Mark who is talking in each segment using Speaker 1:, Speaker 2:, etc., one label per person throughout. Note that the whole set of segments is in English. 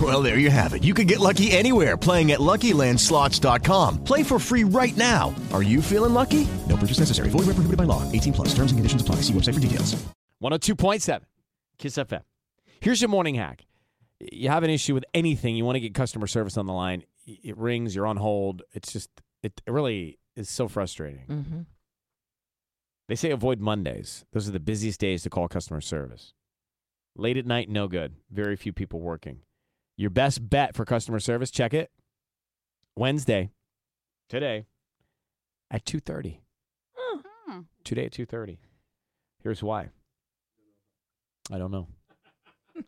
Speaker 1: Well, there you have it. You can get lucky anywhere playing at LuckyLandSlots.com. Play for free right now. Are you feeling lucky? No purchase necessary. Void where prohibited by law. 18 plus. Terms and conditions apply. See website for details.
Speaker 2: 102.7 Kiss FM. Here's your morning hack. You have an issue with anything, you want to get customer service on the line. It rings, you're on hold. It's just it really is so frustrating.
Speaker 3: Mm-hmm.
Speaker 2: They say avoid Mondays. Those are the busiest days to call customer service. Late at night, no good. Very few people working. Your best bet for customer service, check it. Wednesday, today, at 2.30.
Speaker 4: Hmm.
Speaker 2: Today at 2.30. Here's why. I don't know.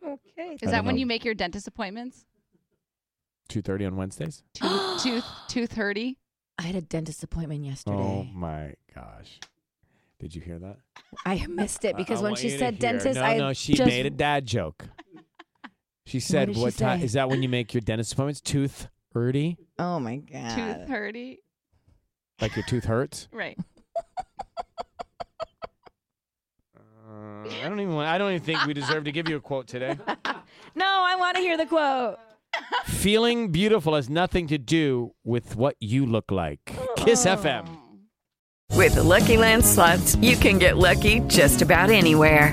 Speaker 5: Okay.
Speaker 2: I
Speaker 4: Is that
Speaker 2: don't
Speaker 4: when
Speaker 2: know.
Speaker 4: you make your dentist appointments?
Speaker 2: 2.30 on Wednesdays?
Speaker 4: Two two two thirty.
Speaker 6: I had a dentist appointment yesterday.
Speaker 2: Oh, my gosh. Did you hear that?
Speaker 6: I missed it
Speaker 2: I-
Speaker 6: because
Speaker 2: I
Speaker 6: when
Speaker 2: want
Speaker 6: she
Speaker 2: you to
Speaker 6: said
Speaker 2: hear.
Speaker 6: dentist,
Speaker 2: no,
Speaker 6: I
Speaker 2: no, she
Speaker 6: just,
Speaker 2: made a dad joke. She said,
Speaker 6: did
Speaker 2: "What,
Speaker 6: she
Speaker 2: time
Speaker 6: say?
Speaker 2: is that when you make your dentist appointments? Tooth early,
Speaker 6: Oh my god!
Speaker 4: Two thirty.
Speaker 2: like your tooth hurts."
Speaker 4: Right.
Speaker 2: Uh, I don't even. want- I don't even think we deserve to give you a quote today.
Speaker 7: No, I want to hear the quote.
Speaker 2: Feeling beautiful has nothing to do with what you look like.
Speaker 6: Oh.
Speaker 2: Kiss FM.
Speaker 6: With the Lucky Land slots, you can get lucky just about anywhere.